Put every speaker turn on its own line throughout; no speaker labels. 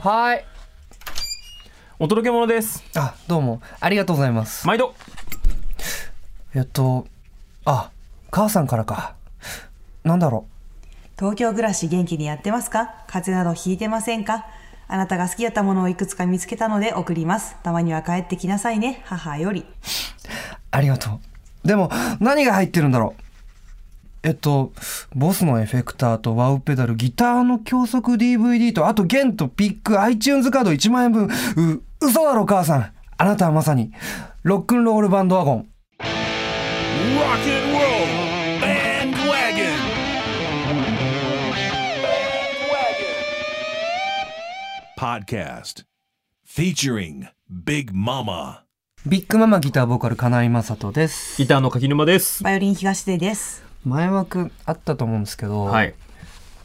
はい
お届け物です
あどうもありがとうございます
毎度
えっとあ母さんからかなんだろ
東京暮らし元気にやってますか風邪などひいてませんかあなたが好きだったものをいくつか見つけたので送ります。たまには帰ってきなさいね、母より。
うありがとうでも何が入ってるんだろうえっとボスのエフェクターとワウペダルギターの教則 DVD とあと弦とピック iTunes カード1万円分う嘘だろ母さんあなたはまさにロックンロールバンドワゴン
Rock and roll bandwagon. Podcast featuring Big Mama.
ビッグママギターボーカル金井雅人です
ギターの柿沼です
バイオリン東出です。
前枠あったと思うんですけど、
はい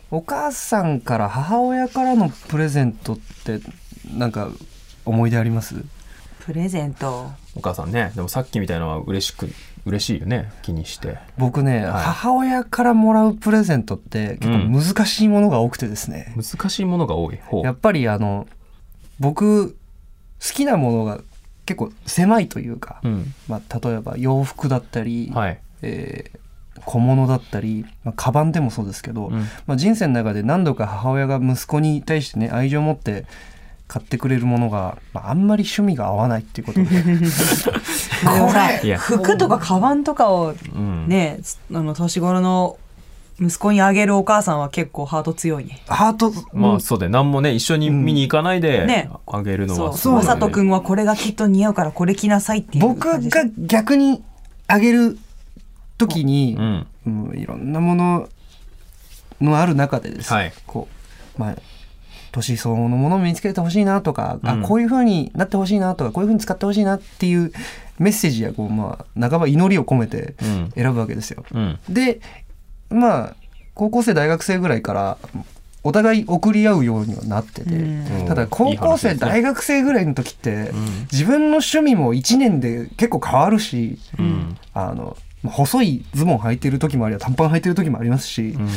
お母さんから母親からのプレゼントってなんか思い出あります
プレゼント。
お母さんねでもさっきみたいなのは嬉しく嬉しいよね気にして
僕ね、母親からもらうプレゼントって結構難しいものが多くてですね、
難しいものが多い方
やっぱりあの僕好きなものが結構狭いというか、
うん
まあ、例えば洋服だったり、
はい
えー小物だったり、まあ、カバンでもそうですけど、
うん
まあ、人生の中で何度か母親が息子に対してね愛情を持って買ってくれるものが、まあ、あんまり趣味が合わないっていう ことで
まあでもさ
いや
服とかカバンとかを
うん
ね、あの、年頃の息子にあげるお母さんは結構ハート強いね。
ハート、
まあそうだよ何もね一緒に見に行かない
うん
で
ね
あげるの
そう
は。
まさとく
ん
んはこれがきっと似合うからこれ着なさいっていう
僕
感じでしょ
が逆にあげる時に
う、ん
うんいろんなもののある中でですね、
はい
こうまあ年相応のものを身につけてほしいなとか、あ
うん
こういう風になってほしいなとかこういう風に使ってほしいなっていうメッセージやこう、まあ、半ば祈りを込めて
うん
選ぶわけですよ。
うん
でまあ高校生大学生ぐらいからお互い送り合うようにはなってて、
うん
ただ高校生
いい話ですね
大学生ぐらいの時って、自分の趣味も1年で結構変わるし、
うん
あの細いズボン履いてる時もありば短パン履いてる時もありますし、
う
っ
ん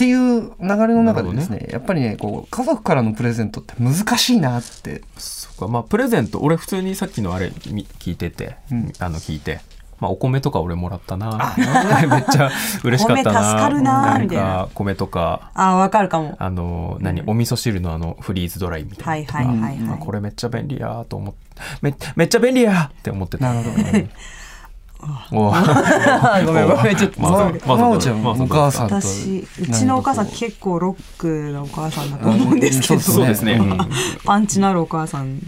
ていう流れの中でですねやっぱりねこう家族からのプレゼントって難しいなって
そっかまあプレゼント俺普通にさっきのあれみ聞いてて、
うん
あの聞いて。まあ、お米とか俺もらったな めっちゃ嬉しかったな
米助かるなみたいなん
か米とか
ああ、わかるかも。
あの何お味噌汁のあのフリーズドライみたいな
はいはいはいはい
あこれめっちゃ便利やーと思って めめっちゃ便利やーって思ってた
なるほど
ど おー
ごめんごめんちょっと
まあそうまあそう
まおちゃん
まあそう
お母さんと
私、うちのお母さん結構ロックなお母さんだと思うんですけ
うん
ど、
そうですね、
うん
うん
パンチのあるお母さん。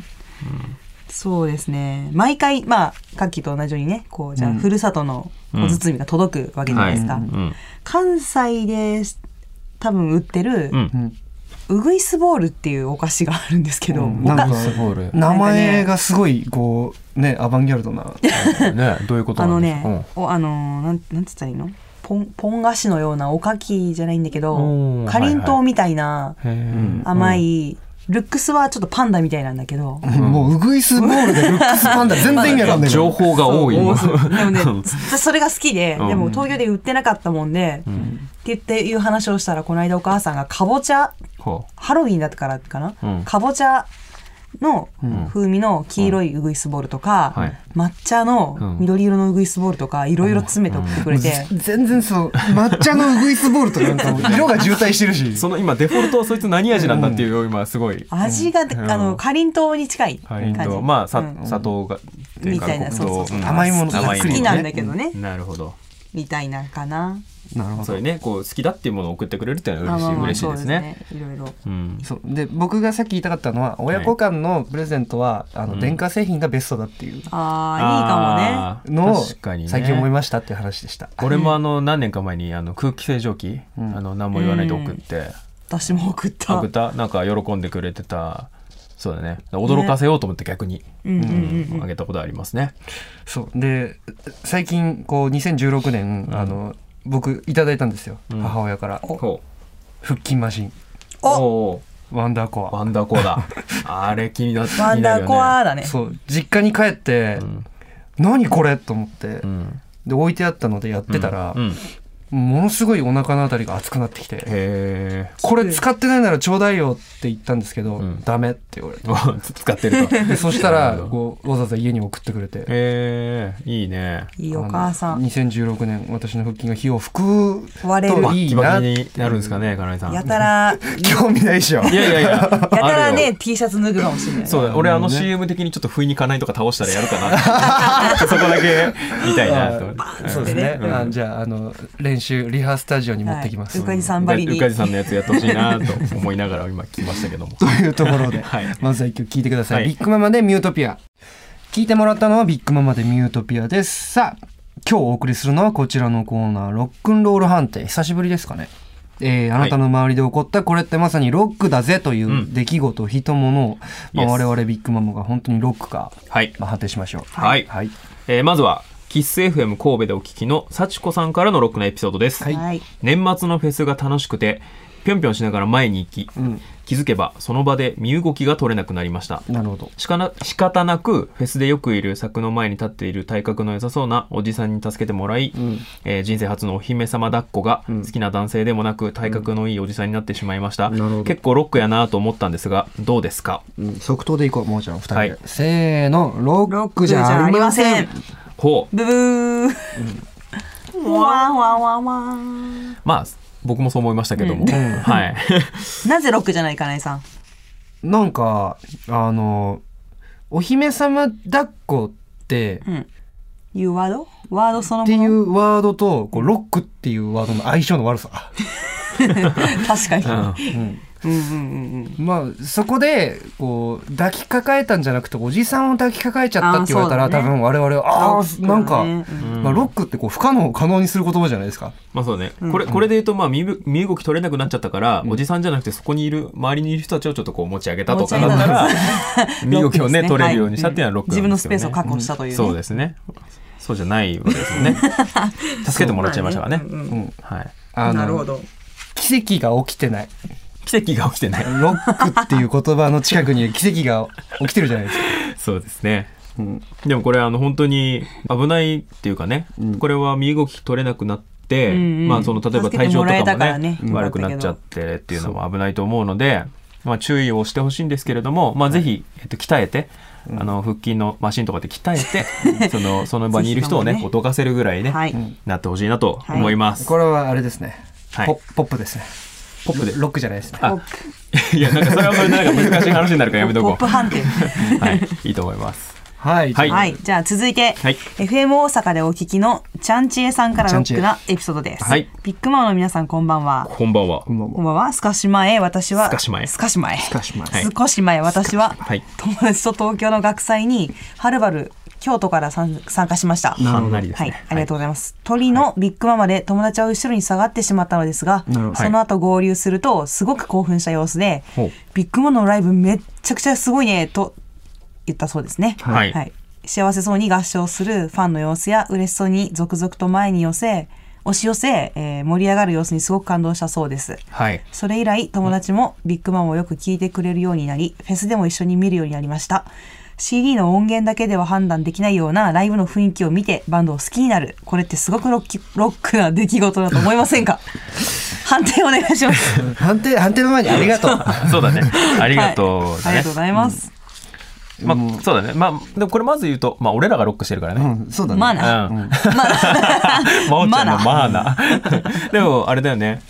そうですね。毎回、まあ、カッキーと同じようにね、こう、じゃあ、
うん
ふるさとの小包みが届くわけじゃないですか。
はい
うん
関西で多分売ってる
う、ん
うん
うぐいすボールっていうお菓子があるんですけど、
うん
おか
なんか
ボール
名前がすごいこうねアバンギャルドな
ねどういうこと
あ
な
の
んですか
ね、おあのーなん、なんつったらいいのポン、ポン菓子のようなおかきじゃないんだけ
お
ど
ー、
かりんとうみたいな
うんへー
ん
甘い、ルックスはちょっとパンダみたいなんだけど、
もうウグイスボールでルックスパンダ全然意味わかんないから
情報が多い
そう
の
そうでもね、つそれが好きで、
うん
でも東京で売ってなかったもんで、って言っていう話をしたら、この間お母さんがかぼちゃ、
ほ
ハロウィンだったからかな、
うん
かぼちゃの風味の黄色いうぐいすボールとか、
はい
抹茶の緑色のうぐいすボールとか、いろいろ詰めて送ってくれて、
全然そう抹茶のウグイスボールとかなんかもう色が渋滞してるし
う その今デフォルトはそいつ何味なんだっていうよ今すごい
味が、
ん
あの、かりんとうに近い
か
感じ。
りんとうまあさ、
うん
砂糖がっていうか
みたいな
黒
そ
糖
うそうそう
うん
甘いものとか
甘い
好
好
き
き
も
な
の
ん
ね
だけどね、
なるほど
みたいなかな。
なるほ
そ
ど
ういうねこう好きだっていうものを送ってくれるっていうのは
あまあまあ
嬉しい嬉しいですね。
そうですねいろいろ。
うん
そうで僕がさっき言いたかったのは親子間のプレゼントは、あの電化製品がベストだっていう
ああ、いいかもね。
あー
のを
確かにね
最近思いましたっていう話でした。
俺もあの何年か前にあの空気清浄機、あの何も言わないで送って、
私も送った。
あぐたなんか喜んでくれてたそうだね驚かせようと思って逆に、
うんうん
うんあげたことありますね
そうで最近こう2016年、あの僕いただいたんですよ、母親から
ほ
腹筋マシン
うおお
ワンダーコア
ワンダーコ アだあれ気になって
ワンダーコアだね。
そう実家に帰って、何これと思って、
うん
で置いてあったのでやってたら、
うん
ものすごいお腹のあたりが熱くなってきて
へえ
「これ使ってないならちょうだいよ」って言ったんですけど「
ん
ダメ」って言われて
使ってると
でそした
な
ら
るほど
こうわざわざ家に送ってくれて
へえいいね
いいお母さ
あ
ん
の2016年私の腹筋が火を吹く
割れる
と
バ
い
キ
いな
バキになるんですかねかなえさん
やたら
興味ないでしょ
いやいやいややた
やたらね T シャツ脱ぐかもしれない
そうだ俺あの CM 的にちょっと不意にかないとか倒したらやるかなそこだけ見たいなと思って
そうですね、
うん
あじゃああの練習リハスタジオに持ってきます、
はいゆかりさんばりに
うかじさんのやつやってほしいなと思いながら今聞きましたけども
というところで、
はい
まずは一曲聴いてください、
はい
ビッグママでミュートピア聴いてもらったのはビッグママでミュートピアですさあ今日お送りするのはこちらのコーナーロックンロール判定久しぶりですかねえーあなたの周りで起こったこれってまさにロックだぜという出来事、人物を、まあ、
Yes
我々ビッグママが本当にロックか、
はい
まあ、判定しましょう
はい
はい、
えーまずはキス FM 神戸でお聞きの幸子さんからのロックなエピソードです、
はい
はい
年末のフェスが楽しくてぴょんぴょんしながら前に行き、
ん
気づけばその場で身動きが取れなくなりました
なるほど
しかな仕方なくフェスでよくいる柵の前に立っている体格の良さそうなおじさんに助けてもらい、えー人生初のお姫様抱っこが好きな男性でもなく体格のいいおじさんになってしまいました、
なるほど
結構ロックやなと思ったんですがどうですか
うん即答でいこうもうちゃん二人で、
はい
せーのロックじ
じゃ
ゃ
あ
あ
り
り
ま
ま
せ
せ
ん
ん
ほう
ブブー、わんわんわんわん
まあ僕もそう思いましたけども、はい
なぜロックじゃないかなえさん
なんかあのお姫様抱っこって、っ
いうワードワードその
てい
もの
うワードとこうロックっていうワードの相性の 悪さ
確かに、
まあそこでこう抱きかかえたんじゃなくておじさんを抱きかかえちゃったって言われたら、
あーそうだ
多
ね
分我々はああ
そうだね
なんか、
ん
まあ、ロックってこう不可能を可能にする言葉じゃないですか。
まあそうね、これこれで言うと、まあ、身ぶ身動き取れなくなっちゃったから、おじさんじゃなくてそこにいる周りにいる人たちをちょっとこう持ち上げたとかだったら 身動きをね
ロックですね
取れるようにしたっていうのはロックなんですけど、ね
自分のスペースを確保したというね
そうですねそうじゃないわけですよね助けてもらっちゃいましたからね、
うん
はい、
あの
ど
奇跡が起きてない
奇跡が起きてない
ロックっていう言葉の近 くに奇跡が起きてるじゃないですか。
そうですね、でもこれあの本当に危ないっていうかね、これは身動き取れなくなって
うんうん
まあ、その例えば
助け
体
て
調
も
と
らえた
かも
から
ね
ね
悪くなっちゃってっていうのも危ないと思うので、まあ、注意をしてほしいんですけれども、まあ、ぜひ、えっと、鍛えて、あの腹筋のマシンとかで鍛えてそのその場にいる人をね
ぜひともね
こうどかせるぐらいね、
はい
なってほしいなと思います。
これはあれですね。
はい
ポポップですね。
ポップで
ロックじゃないですね。
あ
ポッ
いやなんかそれはそれでなんか難しい話になるからやめと
ポッ
こ
プ判定
う。はい、いいと思います。
はい。
はい
はい、じゃあ続いて、
はい
FM 大阪でお聞きのちゃんちえさんからロックなエピソードです。
はい
ビッグママの皆さんこんばんは。
こんばんは
こ。んばんは
こんばんは、少し前、私は、
少し前
少し前。
少し前
はい
少し前私は、
はい
友達と東京の学祭に、はるばる、京都から参参加しました。
はんなりです
は
ね。
い、ありがとうございます。鳥のビッグママで友達は後ろに下がってしまったのですが、
なるほど
その後合流すると、すごく興奮した様子で
ほう、
ビッグママのライブめっちゃくちゃすごいね、と言ったそうですね。
はい
幸せそうに合唱するファンの様子や、嬉しそうに続々と前に寄せ、押し寄せ、えー盛り上がる様子にすごく感動したそうです。
はい。
それ以来友達もビッグマンをよく聞いてくれるようになりフェスでも一緒に見るようになりました CD の音源だけでは判断できないようなライブの雰囲気を見てバンドを好きになるこれってすごくロッキロックな出来事だと思いません か判定お願いします
判定、判定の前にありがとう。
そうだね。ありが
は
と
いうあ
だ
り
ね
がとうご。ざいます、
まあ、そうだね。まあ、でもこれまず言うと、まあ、俺らがロックしてるからね。
うんそうだね。
まあ
うん。
な、まあ
ま
な
おちゃんの
ま
マー ナ。でも、あれだよね。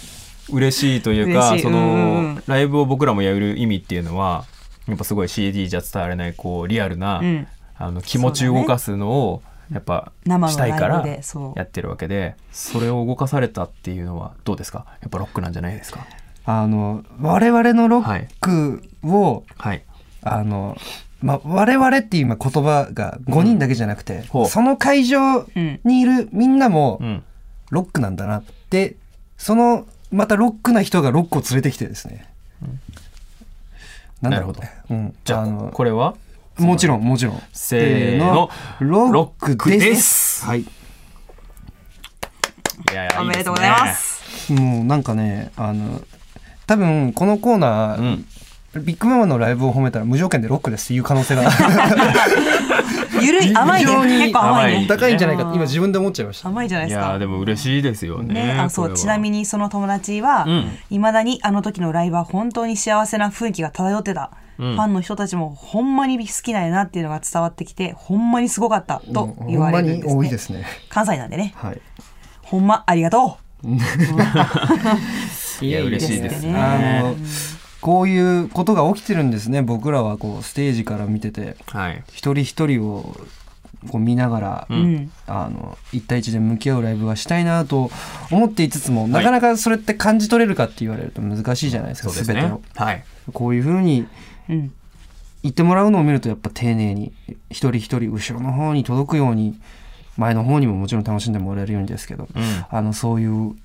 嬉しいという
嬉
か、
しい
そ
うんうんう
の
ん、
ライブを僕らもやる意味っていうのは、やっぱすごい CD じゃ伝われない、こう、リアルな、
ん
あの、気持ち動かすのを、やっぱ、
生の
したいか
ライ
ら
ブでそう
やってるわけで、それを動かされたっていうのは、どうですかやっぱロックなんじゃないですか
あの、我々のロックを、
はい。
あの、まあ、我々っていう今言葉が5人だけじゃなくて、
ほう
その会場にいるみんなも
うん。
ロックなんだなって、その、またロックな人がロックを連れてきてですね。なんだろうね。うん。
じゃ
あ
あ、
の
これは
もちろん、もちろん。
せーの
せーのロックです。
ロックです
はい。
いやいや
おめでとうご
す
ざ
ね
います
もうなんかねあの多分このコーナー、ビッグママのライブを褒めたら無条件でロックですっていう可能性が
いゆるい 甘いね
非常に
結構甘い
甘
ね
い
高いんじゃないかって今自分で思っちゃいました
甘いじゃない
い
です
やー
か
でも嬉しいですよね
ね、あそ
これ
う
は
ちなみにその友達は
ん
いま、未だにあの時のライブは本当に幸せな雰囲気が漂ってた、ファンの人たちもほんまに好きなんやなっていうのが伝わってきてほんまにすごかったと
ほ
言
ん
わ
ま
れるん
に
です,、ね
多いですね
関西なんでね
はい
ほんまありがと
いや嬉しい
いい
で
です
す
ね
あ
ね
のこういうことが起きてるんですね僕らはこうステージから見てて
はい
一人一人をこう見ながら、
う、うん、
あの一対一で向き合うライブがしたいなと思っていつつも、なかなかそれって感じ取れるかって言われると難しいじゃないです
そ
か
うです
全て
ね
を
はい
こういうふうに
うん、
言ってもらうのを見るとやっぱ丁寧に一人一人後ろの方に届くように前の方にももちろん楽しんでもらえるようにですけど、
うん
あのそういう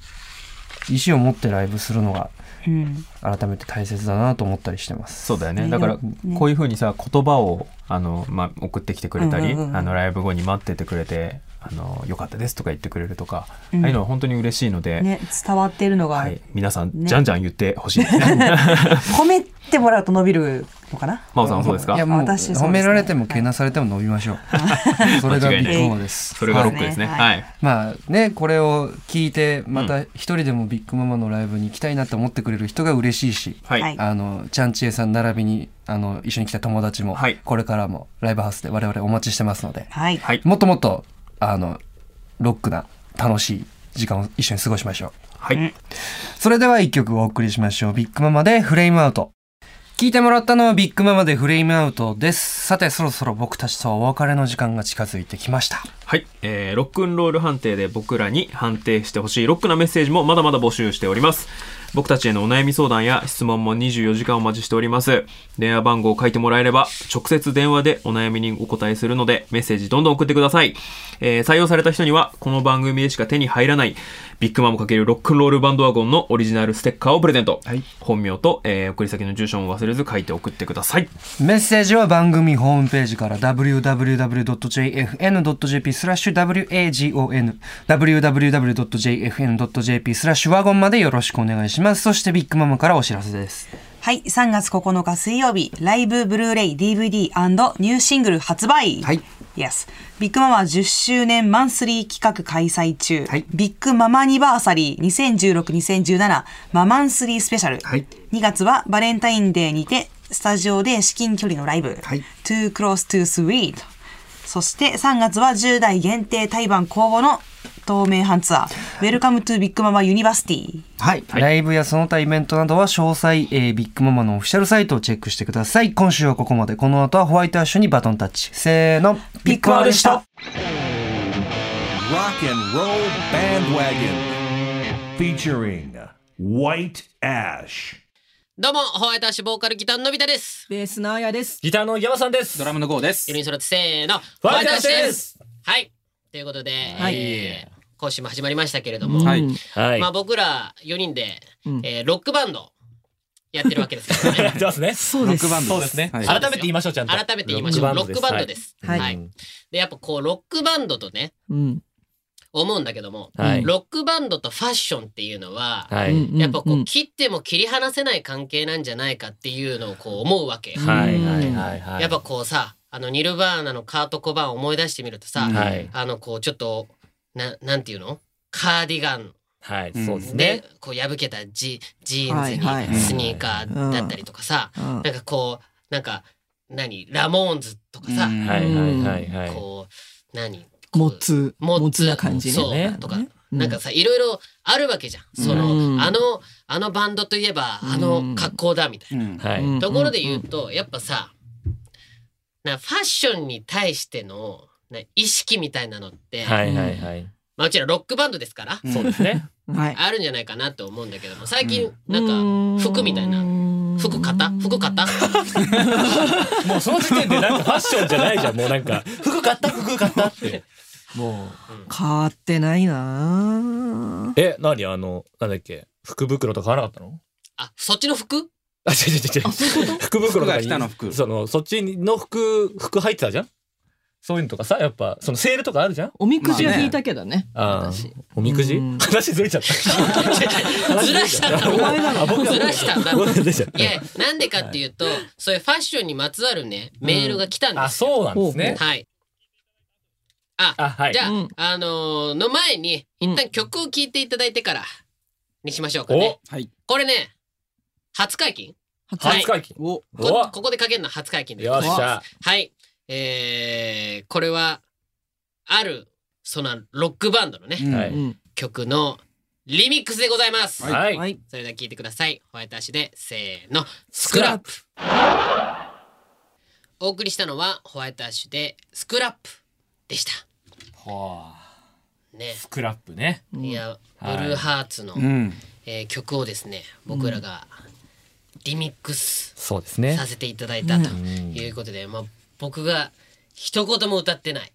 意思を持ってライブするのが
うん、
改めて大切だなと思ったりしてます。
そうだよね
ね
だから
でもね
こういうふうにさ言葉をあの、まあ、送ってきてくれたり、
うんうんうん
あのライブ後に待っててくれて「あのよかったです」とか言ってくれるとか、
うん
ああいうのは本当に嬉しいので、
ね伝わってるのが、
はい、皆さん、
ね
じゃんじゃん言って ほしいですね。
褒めてもらうと伸びるのかな
真央さんはそうです
いや
か
もう
私そうですね
褒められてもけなされても伸びましょう。 それがビッグママです。
それがロックですね。
は
はい。
まあねこれを聞いてまた一人でもビッグママのライブに行きたいなって思ってくれる人が嬉しいし、
はい。
はい
あのちゃんちえさん並びにあの一緒に来た友達も、
はい
これからもライブハウスで我々お待ちしてますので、
はい、
はい。
もっともっとあのロックな楽しい時間を一緒に過ごしましょう。
はい。
それでは一曲お送りしましょう。ビッグママでフレームアウト。聞いてもらったのはビッグママでフレームアウトです。さて、そろそろ僕たちとお別れの時間が近づいてきました。
はい。えー、ロックンロール判定で僕らに判定してほしいロックなメッセージもまだまだ募集しております。僕たちへのお悩み相談や質問も24時間お待ちしております。電話番号を書いてもらえれば、直接電話でお悩みにお答えするので、メッセージどんどん送ってください。えー、採用された人には、この番組でしか手に入らない、ビッグマム×ロックンロールバンドワゴンのオリジナルステッカーをプレゼント。
はい
本名と、えー送り先の住所も忘れず書いて送ってください。
メッセージは番組ホームページから www.jfn.jp スラッシュ wagon www.jfn.jp スラッシュワゴンまでよろしくお願いします。そしてビッグママからお知らせです。
はい、3月9日水曜日、ライブブルーレイ DVD& ニューシングル発売。
はい。
Yes。ビッグママ10周年マンスリー企画開催中。
はい
ビッグママアニバーサリー2016-2017ママンスリースペシャル。
はい
2月はバレンタインデーにて、スタジオで至近距離のライブ。
はい
Too Close to Sweet。そして3月は10代限定対バン公募の透明版ツアー。Welcome to ビッグママユニバーシティ。
はい、ライブやその他イベントなどは詳細、えービッグママのオフィシャルサイトをチェックしてください。今週はここまで。この後はホワイトアッシュにバトンタッチ。せーの、
ビッグママでした。
Rock and Roll Bandwagon. Featuring White Ash.
どうも、ホワイトアッシュボーカルギターののび太です。
ベースのあやです。
ギターの山さんです。ドラムのゴーです
四。人揃ってせーの、ホ
ワイトアッシュです
はい。ということで、
はい
えー今週も始まりましたけれども、
はい。はい。
まあ僕ら4人で、
うん
えーロックバンドやってるわけですから
や
ね
って。ますね。
そうです。
そうですね。
はい
改めて言いましょう、ちゃんと。。
改めて言いましょう。ロックバンドですす。
はい
はい。で、やっぱこう、ロックバンドとね、
うん。
思うんだけども、
はい
ロックバンドとファッションっていうのは、
は
うん
い。
やっぱこ
う
うん切っても切り離せない関係なんじゃないかっていうのをこう思うわけよ。
はい。はい。はい。はい。
やっぱこうさあのニルバーナのカート・コバーンを思い出してみるとさ、
はい。
あのこうちょっとななんていうのカーディガン
はい。そうです
で
ね。
こう破けたジジーンズ
はいはい
にスニーカーだったりとかさ、
うん
なんかこうなんか何ラモーンズとかさ、
うん
はい。はい。はい。はい。
こう何
もつ、
モ
も
ッ
つ
ツ
な感じね。
そう、
ね
とか、
ね
なんかさいろいろあるわけじゃんその、
うん
あのあのバンドといえばあの格好だみたいな。
はい。
うん
ところで言うと、やっぱさなファッションに対してのな意識みたいなのって、
はい。はい。はい。
まあ、うちらロックバンドですから、
そうですね。
はい。
あるんじゃないかなと思うんだけども最近なんか服みたいな、服買った服買った
もうその時点でなんかファッションじゃないじゃん。もうなんか、服買った、服買ったって。も
変ってないな
う。え、なにあの、なんだっけ。福袋とか買わなかったの
あそっちの服
あ、違う違う違う違う。福袋とか
服が
に
来たの服
その、そっちの服、服入ってたじゃんそういうのとかさ、やっぱ、そのセールとかあるじゃん
おみくじは引いたけどね。
ああ
私、
おみくじ
うん
話ずれち ゃった。
ずらしたんだ
お前なの
ろずらしたん だろ
ごめん出ちゃった
いやなんでかっていうと、そういうファッションにまつわるねメールが来たん
あ、
ですよ、
そうなんですね。
はいあ、
あ、はい
じ。ゃあ、
うん
あのーの前に、
うん
一旦曲を聴いていただいてから、にしましょうかね
お。
はい。
これね、初解禁
初
はい
初解禁。
お。
お
こここでかけるのは初解禁で
よっしゃ。
はい。えー、これは、ある、そのロックバンドのね、
うん
は
う
い。
ん。
曲のリミックスでございます。
はい。
はい。
それでは聴いてください。ホワイトアッシュで、せーの、スクラップ。お送りしたのは、ホワイトアッシュで、スクラップでした。
はあ。
ね。
スクラップね。
いや、
はい
ブルーハーツの、
うん。
えー曲をですね、僕らがリミックス
そうですね
させていただいたということで、まあ、僕が一言も歌ってない。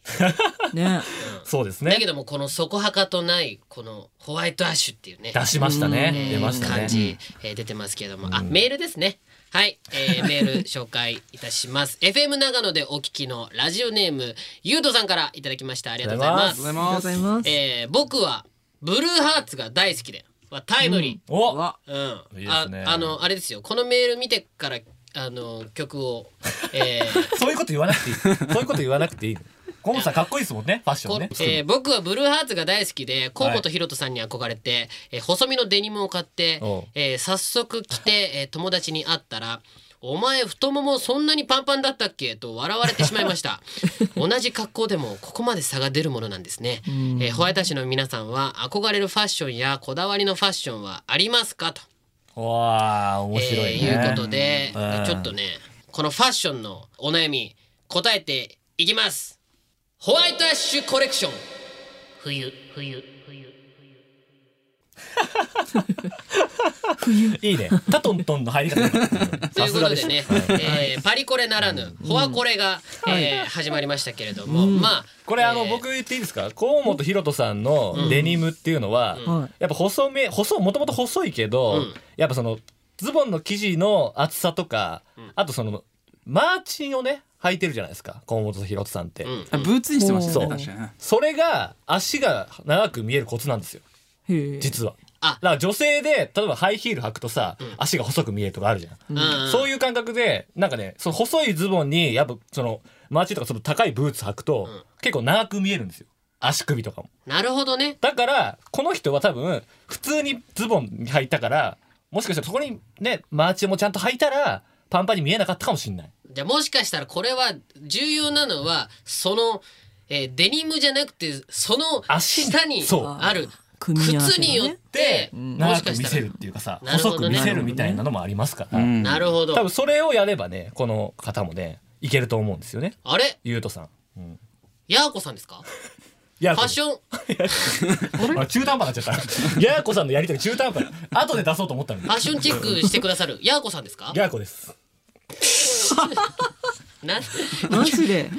ね。
そうです
だ
ね
け。ども、この底はかとない、このホワイトアッシュっていうね、
出しましたね。
えー
出ました
感
ね。
じ、えー出てますけれども、あ、メールですね。はい、 えーメール紹介いたします。FM 長野でお聞きのラジオネーム、ゆうとさんからいただきました。ありがとうござい
ありが
ま
と
す
う。
ありがとうございます。
えー僕は、ブルーハーツが大好きで、はタイムリー。
お
わ。
うん、
いいですね
ああのあれですよこのメール見てからあの曲を、え ー
そういうこと言わなくていい。そういうこと言わなくていい。コンさんかっこいいですもんね。ファッショ
こ
ンね。
えー僕はブルーハーツが大好きで河本ロ人さんに憧れて、えー細身のデニムを買って
おう、
えー早速 着て、えー友達に会ったら「お前太ももそんなにパンパンだったっけ?」と笑われてしまいました 同じ格好でもここまで差が出るものなんですね、えーホワイトアッシュの皆さんは憧れるファッションやこだわりのファッションはありますかと
わあ、面白いね。
えーいうことで、
うん
ちょっとねこのファッションのお悩み答えていきますホワイトアッシュコレクション冬冬冬
いいね。タトントンの入り方。
と い
さ
うこ
す
と
が
で
です
ね
ね。、
えーパリコレならぬ、ホワコレが、えー始まりましたけれども、まあ
これあ
え
の
ー
僕言っていいですか河本ロ人さんのデニムっていうのは
うんはい
やっぱ細め細もともと細いけ
う
ど
ん
やっぱそのズボンの生地の厚さとかあとそのマーチンをね履いてるじゃないですか河本ロ人さんって
う。ん
あブーツにしてました
そ
ね
う
確かにね
それが足が長く見えるコツなんですよ
へえ。
実は。
あ
だから女性で例えばハイヒール履くとさ足が細く見えるとかあるじゃん。
うん
そういう感覚で、なんかね、その細いズボンに、やっぱその、マーチとかその高いブーツ履くと、結構長く見えるんですよ。足首とかも。
なるほどね
だから、この人は多分、普通にズボン履いたから、もしかしたらそこにね、マーチもちゃんと履いたら、パンパンに見えなかったかもしんない。
じゃあもしかしたらこれは重要なのはその、えーデニムじゃなくてその
足
下に
そう
ある
組み合わせ
靴
がね
によって、
で、
も
長
し
く
か
見
した
せ
ら
るっていうかさ、
なるほ
細
ど
く
ね
見せるみたいなのもありますから、
うん
なるほど
多分それをやればね、この方もね、いけると思うんですよね。
あれ
ゆうとさん。
ヤーコさんですか
いや
ファッション
あ中途半端になっちゃった。 やーこさんのやりとり中途半端。後で出そうと思ったのに
ファ。ッションチェックしてくださるヤーコさんですか
やーこです。
な
マジで。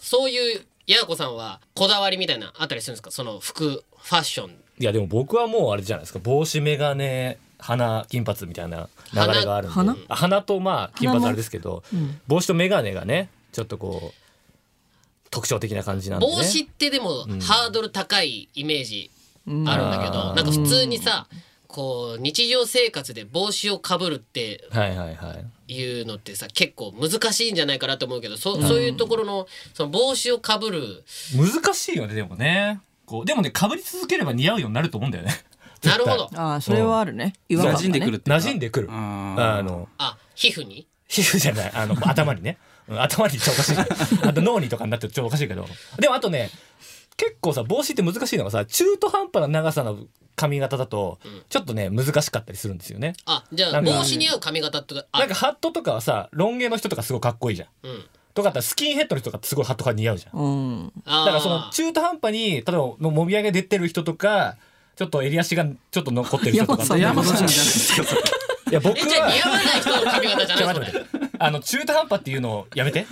そういうヤーコさんはこだわりみたいなあったりするんですかその服ファッション
いやでも僕はもうあれじゃないですか。帽子、メガネ、鼻、金髪みたいな流
鼻
れがあるんで。
鼻
あ鼻とまあ金髪あれですけど、帽子とメガネがね、ちょっとこう特徴的な感じなんで、ね。
帽子ってでもハードル高いイメージあるんだけど、なんか普通にさこう日常生活で帽子をかぶるって
はいはいはい。
いうのってさ結構難しいんじゃないかなと思うけどそそういうところのその帽子をかぶる
難しいよねでもね。こうでもね被り続ければ似合うようになると思うんだよね。
なるほど
ああ、それはあるね。違和
馴
感
染んでくるっ
ね。
ていう
馴
か
染んでくる。
ん
あの
あ皮膚に
皮膚じゃな い あの頭にねうん頭に超おかしいあと脳にとかになって超おかしいけどでもあとね結構さ帽子って難しいのがさ中途半端な長さの髪型だとちょっとね難しかったりするんですよね
あじゃ
な
あ
んか
帽子に合う髪型とかあ
なんかハットとかはさロン毛の人とかすごいかっこいいじゃん
うん
とかあったらスキンヘッドの人とかすごいハットが似合うじゃん
うん。
あー
だからその中途半端に例えばのもみあげ出てる人とかちょっと襟足がちょっと残ってる人とか
山さん
山さんじゃないですかそれ
いや僕
えじゃあ似合わ
は
ない人の髪型じゃ
ちょ
ない
待
それ
って待ってあの中途半端っていうのをやめ て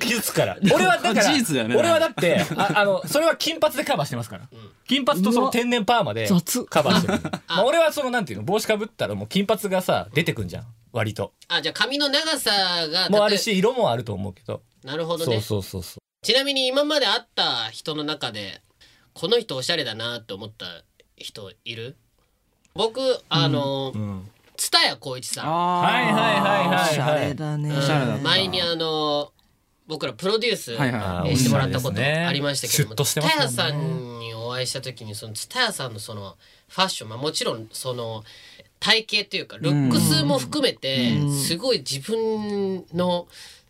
傷つくから俺はだから
事実だよね
俺はだってああのそれは金髪でカバーしてますから、金髪とその天然パーマで
うわ雑
カバー してるまあ俺はそのなんていうの帽子かぶったらもう金髪がさ出てくんじゃん割と
あじゃあ髪の長さが
もうあるし色もあると思うけど
なるほど
そう
ね
そうそうそ
ちなみに今まで会った人の中でこの人おしゃれだなって思った人いる僕あの
う、うん、
蔦谷浩一さん
あ
はいはいはいはい
おしゃ
はい
れだね。
おしゃれだった
前にあの僕らプロデュース、
はいはい
あー
えーしてもらったこと
おしゃれですね
ありましたけど
シュッ
も
としてますもんね
蔦屋さんにお会いした時にその蔦屋さんのそのファッション、まあ、もちろんその体型というかルックスも含めてすごい自分の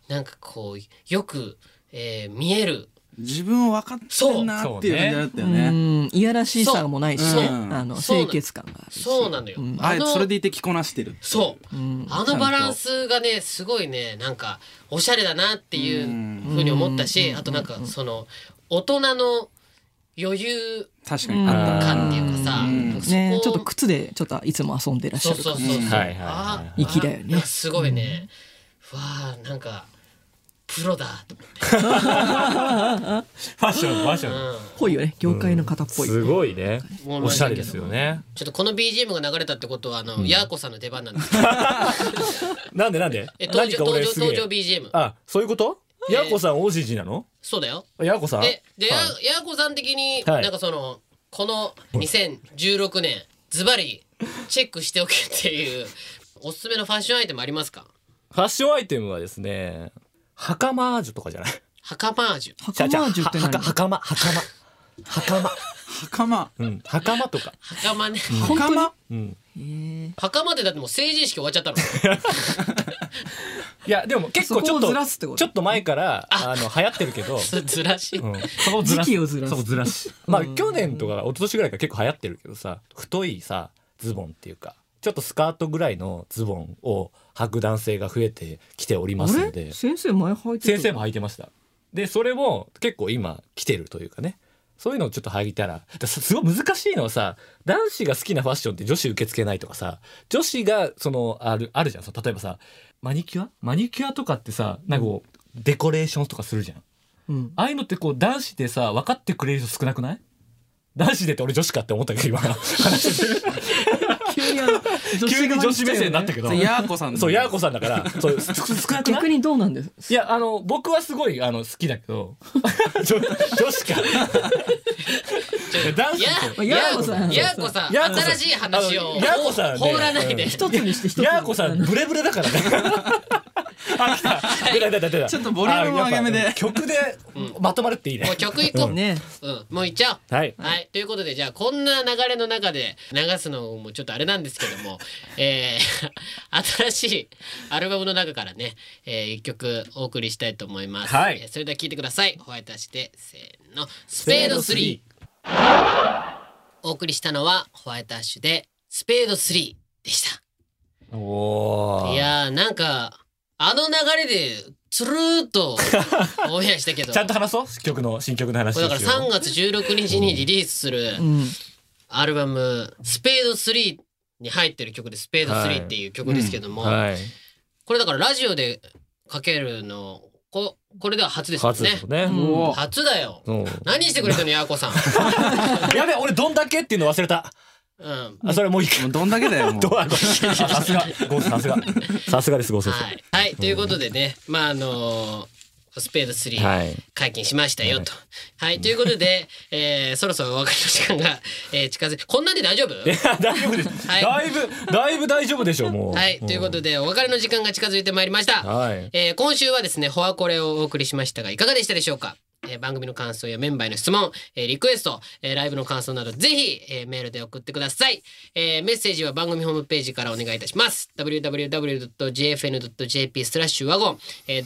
なんかこうよく、えー見える
自分を分かってんなっていう感じだったよ
う
ね。
んいやらしさもないしね、
そう
あの
そう
清
なの
潔感があるし
そうなのよ
ん
あえてそれでいて着こなしてる。
そうう、
ん
あのバランスがねすごいねなんかおしゃれだなっていうふうに思ったしあとなんかその大人の余裕
確かにあった。
感っていうかさそこ
ね、ちょっと靴でちょっといつも遊んでらっし
そ
ゃ
う
る
そ
感
う
じ
そうそう
はいはいは
あ
い
粋だよね
あすごいね、うわあなんかプロだと思って
ファッションファッション
ぽいよね業界の方っぽい、
すごいね
思い
お
まし
しゃ
た
れ
けど
ですよね
ちょっとこの BGM が流れたってことはあの、ヤーコさんの出番なんですけど
なんでなんで
え登
何
場
か
登
俺
場
すげ
登場
え
BGM
あそういうこと
えー
ヤーコさんオジジなの
そうだよ
ヤーコさん
でで、
はい
ややこさん的に、
はい
なんかそのこの2016年ズバリチェックしておけっていうおすすめのファッションアイテムありますか
ファッションアイテムはですね袴ジュとかじゃない
袴マージュ
袴マージュって
は
何
は袴袴袴
袴。
うん袴とか
袴ね
袴
うん
袴でだってもう成人式終わっちゃったの
いやでも結構ちょ
そこ
っ
を
と
ずらすってこと
ちょっと前からあの流行ってるけど
ずずらしい、
うんそこを
時期をずらす
そこずらしまあ去年とか一昨年ぐらいから結構流行ってるけどさ太いさズボンっていうかちょっとスカートぐらいのズボンを履く男性が増えてきておりますの
あ
で
れ先生前履いて
先生も履いてましたでそれも結構今来てるというかねそういうのをちょっと履いたらだすすごい難しいのはさ男子が好きなファッションって女子受け付けないとかさ女子がそのあるあるじゃんその例えばさマニキュアマニキュアとかってさなんかこうデコレーションとかするじゃん
うん
ああいうのってこう男子でさ分かってくれる人少なくない男子でって俺女子かって思ったけど今話してる
急にあの女
急に
側
女子目線になったけど
それヤーコさんの
そうヤーコさんだからそうす少なくない
逆にどうなんです
いやあの僕はすごいあの好きだけど 女女子か男子
や
と
や
や
ーこさん
やーこさん
やーこさん
新しい話を
あのやーこさんね
放らないで、
うん
一つにして一つに
ヤーコさんブレブレだ からねあ来た出た出た出た
ちょっとボリュームを上げ目で
あやっぱ曲でまとまるっていいね
もう曲いこう、
ね
うん、もういっちゃおう
はい
はい、ということでじゃあこんな流れの中で流すのもちょっとあれなんですけども、 えー 新しいアルバムの中からね、えー、1曲お送りしたいと思います、
はい
えーそれでは聴いてくださいホワイトアッシュでせーの「スペード3」お送りしたのはホワイトアッシュで「スペード3」でした
おー
いやーなんかあの流れでつるーっとオンエアしたけど
ちゃんと話そう曲の新曲の話
これだから3月16日にリリースする
うん
アルバム「スペード3」に入ってる曲で「スペード3」っていう曲ですけども、
はい
これだからラジオでかけるのここれでは初ですもん
初
ね
ですよね
ん
おー
初だよ
うん
何してくれたのやーこ さん、
やべえ俺どんだけっていうの忘れた
うん
あそれもういいか
もうどん だけだよもう
どうあさすがゴースさすがさすがですゴース
はい、はい、ということでねまああのースペード3」
はい
解禁しましたよと。はい、ということで、えーそろそろお別れの時間が、えー近づいてこんなんで大丈夫
いや 大丈夫です、
はい
だいぶだいぶ大丈夫でしょうもう
はい、ということでお別れの時間が近づいてまいりました。
はい
えー今週はですね、フォアコレをお送りしましたが、いかがでしたでしょうか、えー番組の感想やメンバーへの質問、えーリクエスト、えーライブの感想など、ぜひ、えーメールで送ってください、えーメッセージは番組ホームページからお願いいたします。www.jfn.jp スラッシュワゴン、えー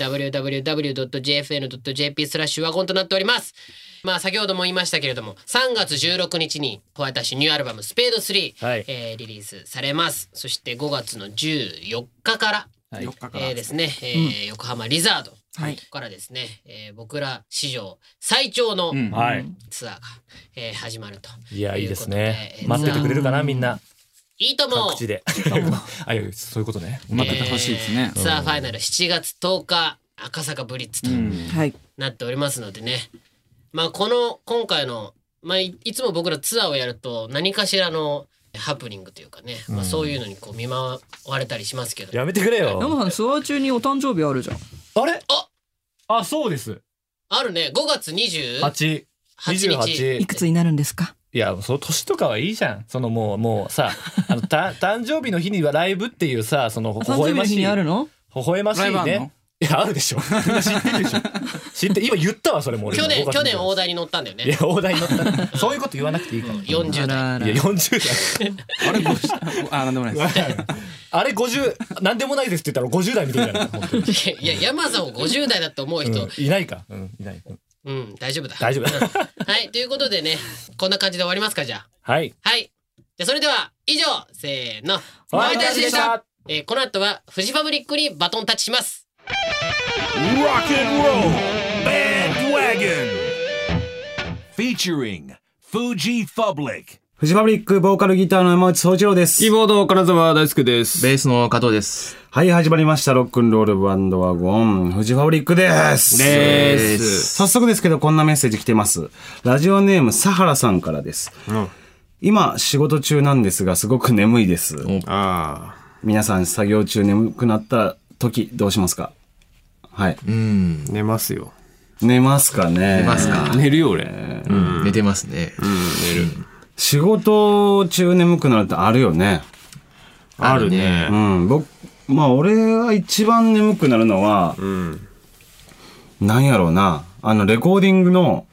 www.jfn.jp スラッシュワゴンとなっております。まあ、先ほども言いましたけれども、3月16日に、ホワイトアッシュニューアルバム、スペード3、
はい
えーリリースされます。そして5月の14日から、
4日から
えーですね、えー横浜リザード、
はい
ここからですね、えー僕ら史上最長の
うん
はい
ツアーが、えー始まると
いやいいですね
いうこと
待
で
っててくれるかなみんない
いとも
各地で あいやそういうことね
待っててほしいですね
えーツアーファイナル7月10日赤坂ブリッツと
はい
なっておりますのでね、まあこの今回の、まあ、いいつも僕らツアーをやると何かしらのハプニングというかね、まあ、そういうのにこう見舞われたりしますけど、
やめてくれ
山
よ
さんツアー中にお誕生日あるじゃん
あれ
あ
あそうです
あるね5月28
8
日
28
いくつになるんですか
いやその年とかはいいじゃんそのもうも うさあのた誕生日の日にはライブっていうさその微
誕生
笑
日の
ま
日
しい
にある
微
の
笑まし
ライ
い
ブあん
ね
の
いやあるでしょみんな知ってる でしょ知って今言ったわそれも俺
去年
5月
去年大台に乗ったんだよ
いや
ね
大台 乗ったそういうこと言わなくていいからい
40代
あら
や40代
あれ、ごしあ、なんでもないです。
あれ50なんでもないですって言ったら50代みたいになる本当に
いや山さんを50代だと思う人
うんいないかうんいないうん
うん大丈夫だ
大丈夫
はいということでねこんな感じで終わりますかじゃあ
はい
はいじゃあそれでは以上せーの
お相手でした
えーこの後はフジファブリックにバトンタッチします
Rock and Roll Bandwagon featuring Fuji Public.
フジファブリックボーカルギターの山内総一郎です。
ボード金沢大輔です。ベースの加藤です。
はい、始まりました。ロックンロールバンドワゴン、フジファブリックです。
でーす
早速ですけど、こんなメッセージ来てます。ラジオネーム、サハラさんからです。今、仕事中なんですが、すごく眠いです。
ああ。
皆さん、作業中眠くなった時、どうしますかはい。
うん。
寝ますよ。
寝ますかね寝ますか。
寝るよ、俺。
うん。寝てますね。
仕事中眠くなるってあるよね。
ある
ね
う
ね。
ん、僕、まあ、俺が一番眠くなるのは、
うん。
なんやろうな、あの、レコーディングの、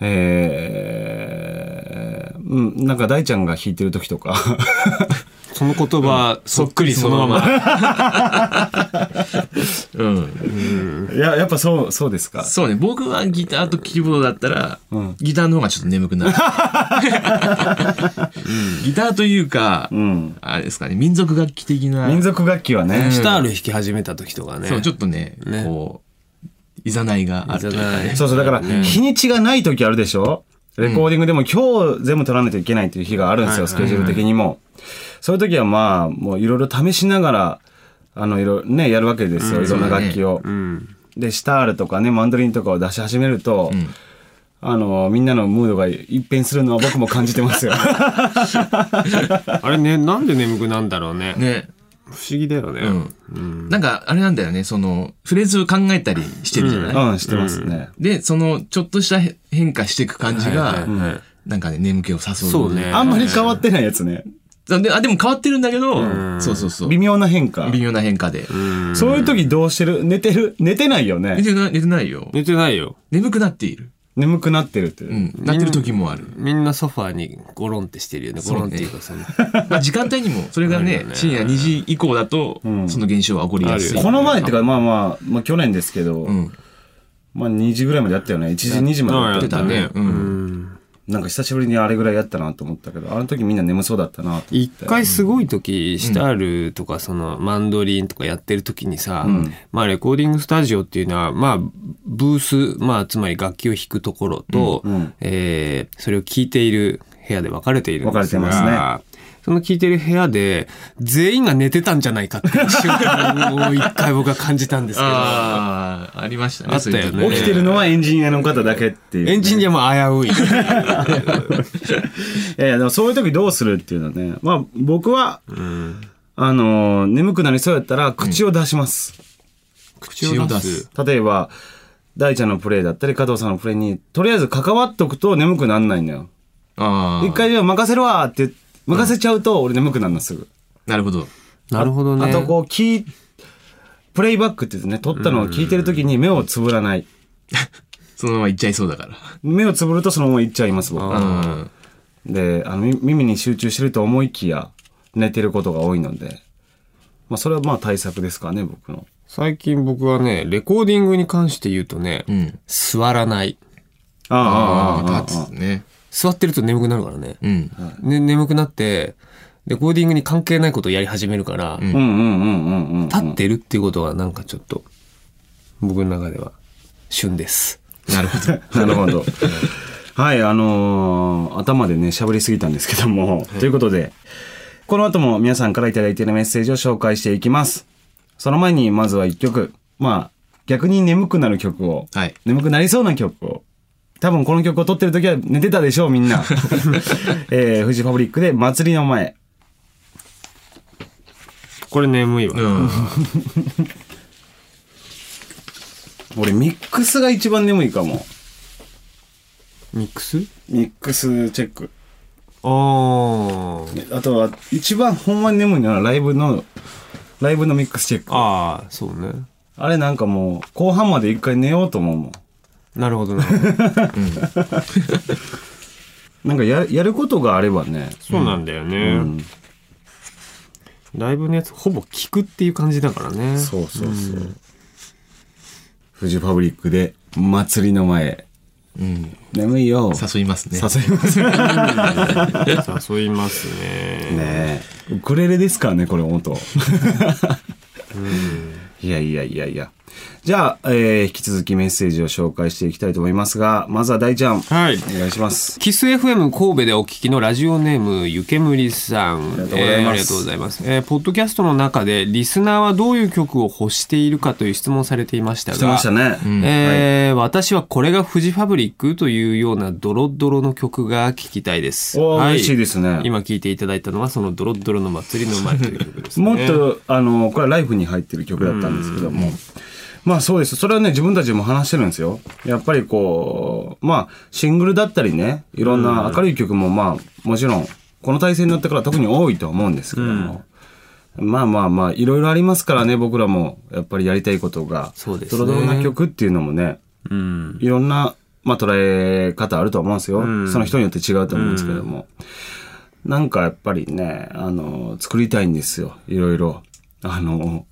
えー、うん、なんか大ちゃんが弾いてる時 とか、
その言葉、そっくりそのまま。
うん。
いや、やっぱそう、そうですか。
そうね。僕はギターとキーボードだったら、ギターの方がちょっと眠くなる。うんギターというか、
うん。
あれですかね、民族楽器的な。
民族楽器はね、
シタール弾き始めた時とかね。
そう、ちょっとね、
ね
こう、いざないがあるというかね。
そうそう、だから、
ね
日にちがない時あるでしょレコーディングでも今日全部撮らないといけないっていう日があるんです
は
よ、
い
ス
はいは
ケ
い
ジュール的にも。そういう時はまあ、もういろいろ試しながら、あの、いろいろね、やるわけですよ、いろんな楽器を。
うん。
で、シタールとかね、マンドリンとかを出し始めると、
ん
あの、みんなのムードが一変するのは僕も感じてますよ。
あれね、なんで眠くなんだろうね。
ね。
不思議だよね。
うんなんか、あれなんだよね、その、フレーズを考えたりしてるじゃない、
うん、してますね。
で、その、ちょっとしたへ変化していく感じが、
はいはいはい
なんかね、眠気を誘う。
そうね。。
あんまり変わってないやつね。
であ、でも変わってるんだけど、
ん
そうそうそう。
微妙な変化
微。妙な変化で。
うん。
そういう時どうしてる寝てる寝てないよ
寝
ね。
てない、寝てないよ。
寝てないよ。
眠くなっている。
眠くなってるって。
うん。なってる時もある。
みんなソファーにゴロンってしてるよね。ゴロンっていうかその。
まあ、時間帯にも、それが
あ
ね
るよ、ね
深夜2時以降だと、
ん
その現象は起こりやすい。
この前ってか、まあまあ、まあ去年ですけど、
うん。
まあ2時ぐらいまでやったよね。1時、2時までや
や
っ
って
出
て
た
た
ね
ね。
うん。
なんか久しぶりにあれぐらいやったなと思ったけど、あの時みんな眠そうだったなと思っ
一
て。
回すごい時、シタールとかそのマンドリンとかやってる時にさ、まあレコーディングスタジオっていうのは、まあブース、まあつまり楽器を弾くところと、
ん
えーそれを聴いている部屋で分かれているんですが。
分かれてま
その聴いてる部屋で、全員が寝てたんじゃないかっていう瞬間を一回僕は感じたんですけ ど。
ああ、ありましたね。
あったよね
そういう時
起きてるのはエンジニアの方だけっていうね、
エンジニアも危うい。
いやいや、でもそういう時どうするっていうのはね。まあ、僕は、あのー眠くなりそうやったら、口を出します。
口を出す。
例えば、大ちゃんのプレイだったり、加藤さんのプレイに、とりあえず関わっとくと眠くなんないのよ。
ああ。
一回じゃあ任せるわって、任せちゃうと俺眠くなるのすぐ。
なるほど。
なるほどね。
あとこう、聞い、プレイバックって言ってね、撮ったのを聞いてる時に目をつぶ らない。
そのまま行っちゃいそうだから。
目をつぶるとそのまま行っちゃいます、僕は。
うん。
で、あの、み耳に集中してると思いきや、寝てることが多いので、まあ、それはまあ対策ですかね、僕の。
最近僕はね、レコーディングに関して言うとね、
うん。
座らない。
あ
ああ、立つね。
座ってると眠くなるからね。
うん。
ね眠くなって、レコーディングに関係ないことをやり始めるから、
ん
うんうんうんうんうんうん。
立ってるっていうことはなんかちょっと、僕の中では、旬です。
なるほど。
なるほど。はい、あのー頭でね、喋りすぎたんですけども、ということで、この後も皆さんからいただいているメッセージを紹介していきます。その前に、まずは一曲。まあ、逆に眠くなる曲を、
はい
眠くなりそうな曲を、多分この曲を撮ってる時は寝てたでしょう、み んな。えー、フジファブリックで祭りの前。
これ眠いわ。
うん。
俺、ミックスが一番眠いかも。
ミックス
ミックスチェック。
あー。
あとは、一番ほんまに眠いのはライブの、ライブのミックスチェック。
あー、そうね。
あれなんかもう、後半まで一回寝ようと思うもん。
なるほどなるほど。
なんかややることがあればね。
そうなんだよね
うん
ライブのやつほぼ聞くっていう感じだからね。
そうそうそう。フジファブリックで祭りの前。眠いよ。
誘いますね。
誘います。
誘いますね。
ねえ。ウクレレですからね、これ、本当。いやいやいやいや。じゃあ、えー引き続きメッセージを紹介していきたいと思いますが、まずは大ちゃん。
はい。
お願いします。
キス FM 神戸でお聞きのラジオネームゆけむりさん。あり
がとうございます
ありがとうございます。えーポッドキャストの中でリスナーはどういう曲を欲しているかという質問をされていましたが。
してましたねうん
えー私はこれがフジファブリックというようなドロドロの曲が聞きたいです。
おー嬉しいですね
今聞いていただいたのはそのドロドロの祭りの前と いう曲ですね。
もっと、あの、これはライフに入ってる曲だったんですけども。まあそうです。それはね、自分たちでも話してるんですよ。やっぱりこう、まあ、シングルだったりね、いろんな明るい曲もまあ、もちろん、この体制になってから特に多いとは思うんですけども。まあまあまあ、いろいろありますからね、僕らも、やっぱりやりたいことが。そう
です
ド
ね
ロドロな曲っていうのもね、
うん。
いろんな、まあ、捉え方あるとは思うんですよ。
うん
その人によって違うと思うんですけども。なんかやっぱりね、あの、作りたいんですよ。いろいろ。あの、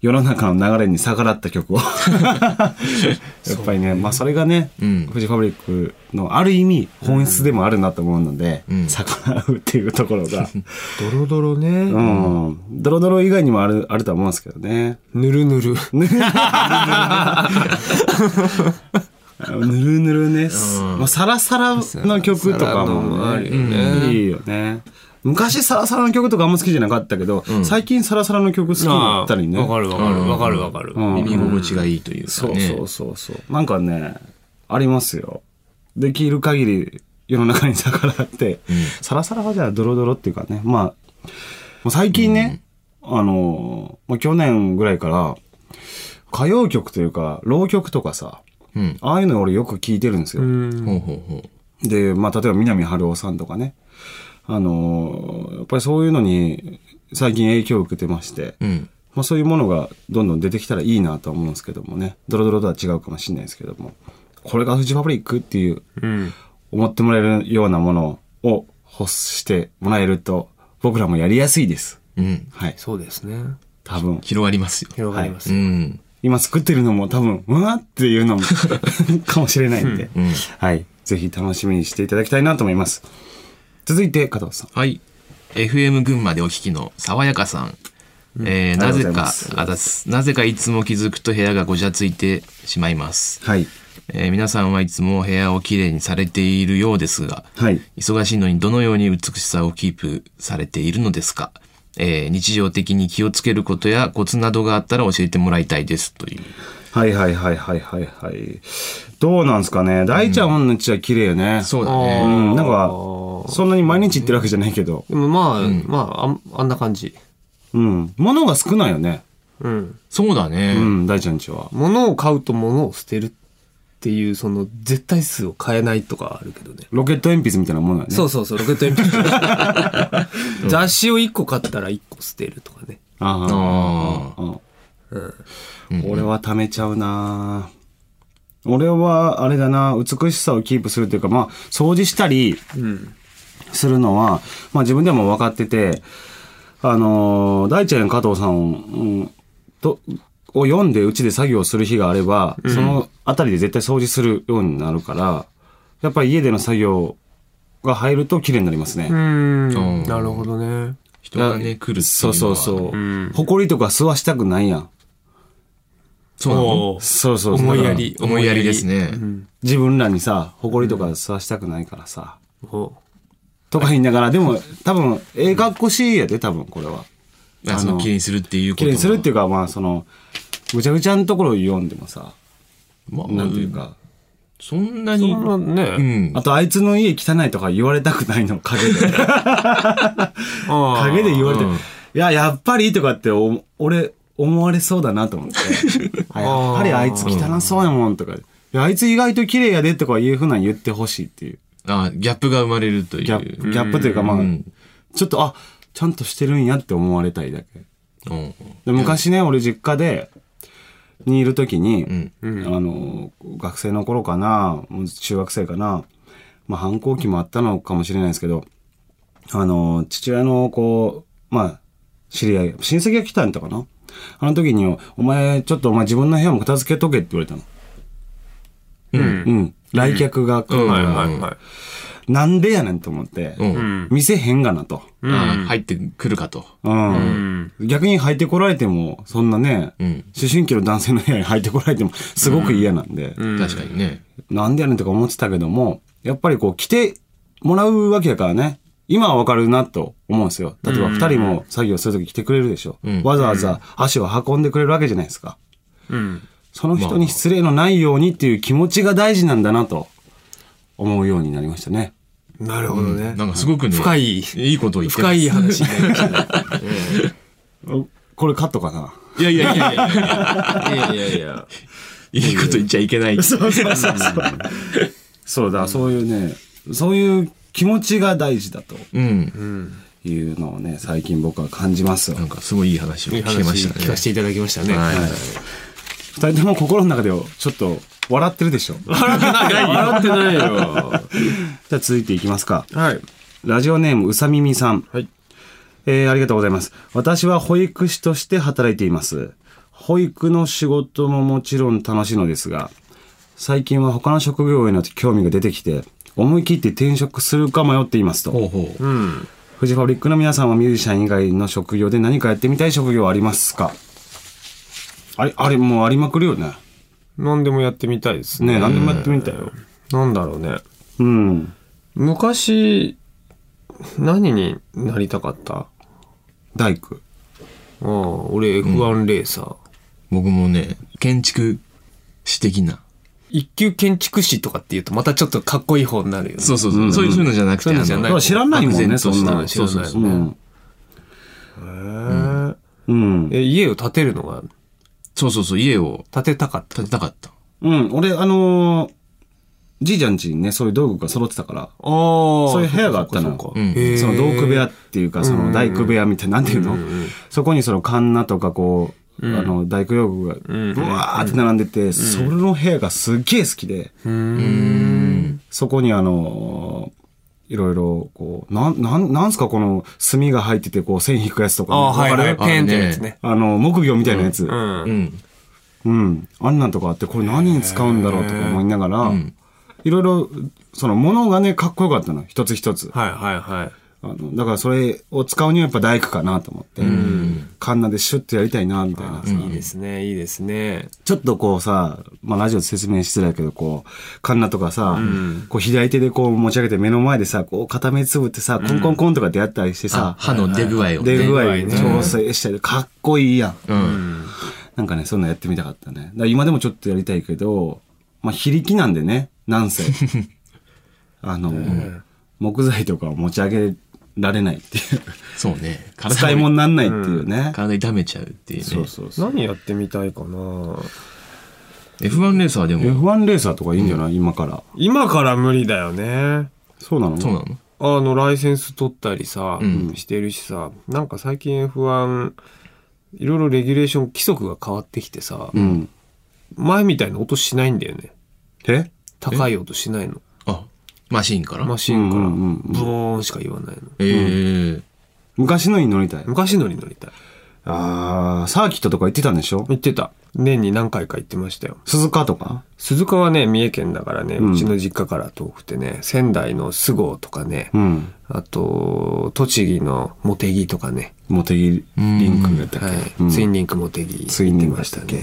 世の中の流れに逆らった 曲を。やっぱりね、まあそれがね、フジファブリックのある意味本質でもあるなと思うので、逆らうっていうところ が。
ドロドロね。
うん。ドロドロ以外にもある、あるとは思うんですけどね。
ぬるぬる。
ぬるぬるね。もうサラサラの曲とかもね
ね
いいよね。昔サラサラの曲とかあんま好きじゃなかったけど、最近サラサラの曲好きだったりね。
わかるわかるわかるわかる。
うん
耳心地がいいというか
そう
ね。
そうそうそう。なんかね、ありますよ。できる限り世の中に逆らって、サラサラはじゃあドロドロっていうかね、まあ、もう最近ね、あの、まあ、去年ぐらいから、歌謡曲というか、浪曲とかさ、
うん。
ああいうの俺よく聞いてるんですよ。
ほうほうほ
で、まあ、例えば南春夫さんとかね、あの、やっぱりそういうのに最近影響を受けてまして、
う。うん。
まあ、そういうものがどんどん出てきたらいいなとは思うんですけどもねドロドロとは違うかもしれないですけどもこれがフジファブリックっていう
うん。
思ってもらえるようなものを欲してもらえると僕らもやりやすいです
うん。
はい
そうですね。
多分
広がりますよ。
広がります
う。ん。
今作ってるのも多分うわーってい うのもかもしれないんで、
うん。
はいぜひ楽しみにしていただきたいなと思います続いて加藤さん
はい。FM 群馬でお聞きの爽やかさん。えー
ありが
な
とうご
ぜ
ざいま
か
す、
あざす。なぜかいつも気づくと部屋がごちゃついてしまいます。
はい
えー皆さんはいつも部屋をきれいにされているようですが、
はい
忙しいのにどのように美しさをキープされているのですか、えー日常的に気をつけることやコツなどがあったら教えてもらいたいですという。
はいはいはいはいはいはいどうなんですかね大ちゃんの家は綺麗よね、
そうだ
う
ね。
ん、なんか、そんなに毎日行ってるわけじゃないけど、
でもまあ、まあ、あんあんな感じ。
うん、物が少ないよね。
うん。
そうだね。
うん、大ちゃんちは。
物を買うと物を捨てるっていう、その絶対数を変えないとかあるけどね。
ロケット鉛筆みたいなもんだよね。
そうそうそう、ロケット鉛 筆。雑誌を1個買ったら1個捨てるとかね。
ああ。うん俺は貯めちゃうな俺は、あれだな、美しさをキープするというか、まあ、掃除したりするのは、まあ自分でも分かってて、あのー大ちゃんや加藤さんを、うんと、を読んでうちで作業する日があれば、そのあたりで絶対掃除するようになるから、やっぱり家での作業が入ると綺麗になりますね。
うん
ん
なるほどね。
人がね、来るっていうのは。
そうそうそう。
ん
埃とか吸わしたくないやん。
そうなの。
そうそうそう。
思いやり。
思いやりですね。
自分らにさ、埃とか吸わしたくないからさ。
ほ
とか言いながら、でも多分、ええ格好しいやで、多分これは。
あその気にするっていうこと
綺
は
麗にするっていうか、まあその、ぐちゃぐちゃのところを読んでもさ、
まあ、
なんていうか。
そんなに、
うまあね。
うん。
あと、あいつの家汚いとか言われたくないの、陰 で。
あー
陰で言われて、
うん
いや、やっぱりとかってお、俺、思われそうだなと思 って。あやっぱりあいつ汚そうやもんとか。いや、あいつ意外と綺麗やでとかいうふうな言ってほしいっていう。
あギャップが生まれるという。
ギャップ、ギャップというかまあ、ちょっと、あ、ちゃんとしてるんやって思われたいだけ。
うん。
で昔ね、俺実家で、にいる時に、あの学生の頃かなもう中学生かな、まあ、反抗期もあったのかもしれないですけどあの父親のこうまあ知り合い親戚が来たんだかなあの時に「お前ちょっとお前自分の部屋も片付けとけ」って言われたの。
うん
うん、来客が来るから、なんでやねんと思って、
うん
見せへんがなと、
うんあ入
ってくるかと、うん逆に入ってこられてもそんなね、思春期の男性の部屋に入ってこられてもすごく嫌なんで、
確かにね。
なんでやねんとか思ってたけどもやっぱりこう来てもらうわけやからね今はわかるなと思うんですよ例えば
うん
2人も作業する時来てくれるでしょ、
うん
わざわざ足を運んでくれるわけじゃないですか
うん。
その人に失礼のないようにっていう気持ちが大事なんだなと思うようになりましたね。
なるほどね。
なんかすごくね深い
いいことを言って
深い
ます
話になりましたね。おこれカットかない
やいやいやいやいやいやい や。いいこと言っちゃいけない。
そうそうそうそう。そうだ、そういうね、そういう気持ちが大事だと。
うん。
いうのをね、最近僕は感じます。なん
かすごいいい話
を聞けましたね
いい話
聞かせていただきましたね
はい
はい
二人とも心の中ではちょっと笑ってるでしょ。笑って
ないよ笑ってないよ。
じゃあ続いていきますか。
はい。
ラジオネームうさみみさん。はい。えー、ありがとうございます。私は保育士として働いています。保育の仕事ももちろん楽しいのですが、最近は他の職業への興味が出てきて、思い切って転職するか迷っていますと。
うん。
フジファブリックの皆さんはミュージシャン以外の職業で何かやってみたい職業はありますかあれ、あれもうありまくるよね。
何でもやってみたいですね。
ね何でもやってみた
よ。なんだろうね。
うん。
昔、何になりたかった
大工。
ああ、俺 F1 レーサー。
僕もね、建築士的な。
一級建築士とかって言うとまたちょっとかっこいい方になるよね。
そうそうそうそういうそういうのじゃなくて
そういうのじゃな
あ
い。
の知らないもんね
漠然としたの知
そ
ら
ん
ない
な
よ
の
ね。
そうそうそう
へ
え。うん。
え、家を建てるのが
そうそうそう、家を
建てたかった。
建てたかった。
うん、俺、あのーじいちゃん家にね、そういう道具が揃ってたから、そういう部屋があったの。
そ
うんその道具部屋っていうか、その大工部屋みたいな、なんていうのそこにそのカンナとかこ
う
う、
ん
あの、大工用具が、
ん
ブワーって並んでて、それの部屋がすっげえ好きで、そこにあのーいろいろ、こう、なん、なん、なんすかこの、炭が入ってて、こう、線引くやつとか、
あーはい
わかる
はいペンってやつね
あの、木魚みたいなや
う
つ。
ん。
うん、あんなんとかあってこれ何に使うんだろうとか思いながら、いろいろそのものがねかっこよかったの一つ一つ
はいはいはい
あのだからそれを使うにはやっぱ大工かなと思って、カンナでシュッとやりたいなみたいなさ、
いいですね、いいですね。
ちょっとこうさ、まあ、ラジオで説明してたけどこうカンナとかさ、
うん
こう左手でこう持ち上げて目の前でさこう片目つぶってさ、コンコンコンとか出会ったりしてさ
あ歯の出具合をね
出具合
出具合ね
調整したりかっこいいやん、
うん。
なんかね、そんなやってみたかったね。だから今でもちょっとやりたいけど、まあ、非力なんでね、な んせ。あの、木材とかを持ち上げられないっていう。
そうね。
使い物になんないっていうね。
体痛めちゃうっていうね。
そうそうそう。
何やってみたいかな
F1 レーサーでも。
F1 レーサーとかいいんじゃない、今から。
今から無理だよね。
そうなの
そうなの
あの、ライセンス取ったりさ、
うん
してるしさ、なんか最近 F1、いろいろレギュレーション規則が変わってきてさ、
うん。
前みたいな音しないんだよね。
え
高い音しないの。
あ、マシンから
マシンから、
うんうんうん
ブオーンしか言わないの。
ええ。
昔のに乗りたい。
昔のに乗りたい。
あー、サーキットとか行ってたんでしょ
行ってた。年に何回か行ってましたよ。
鈴鹿とか
鈴鹿はね、三重県だからね、
うん
うちの実家から遠くてね、仙台の菅生とかね、
うん。
あと、栃木の茂木とかね、
モテギリンクやったっ
はい
うん
ツインリンク茂木
ついにましたね。